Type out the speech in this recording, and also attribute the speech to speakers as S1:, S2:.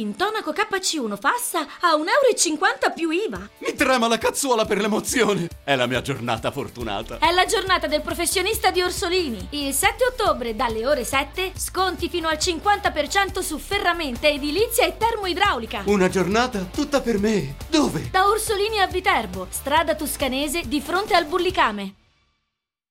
S1: Intonaco KC1 Fassa a 1,50 euro più IVA.
S2: Mi trema la cazzuola per l'emozione. È la mia giornata fortunata.
S1: È la giornata del professionista di Orsolini. Il 7 ottobre, dalle ore 7, sconti fino al 50% su ferramenta, edilizia e termoidraulica.
S2: Una giornata tutta per me. Dove?
S1: Da Orsolini a Viterbo, strada toscanese di fronte al Bullicame.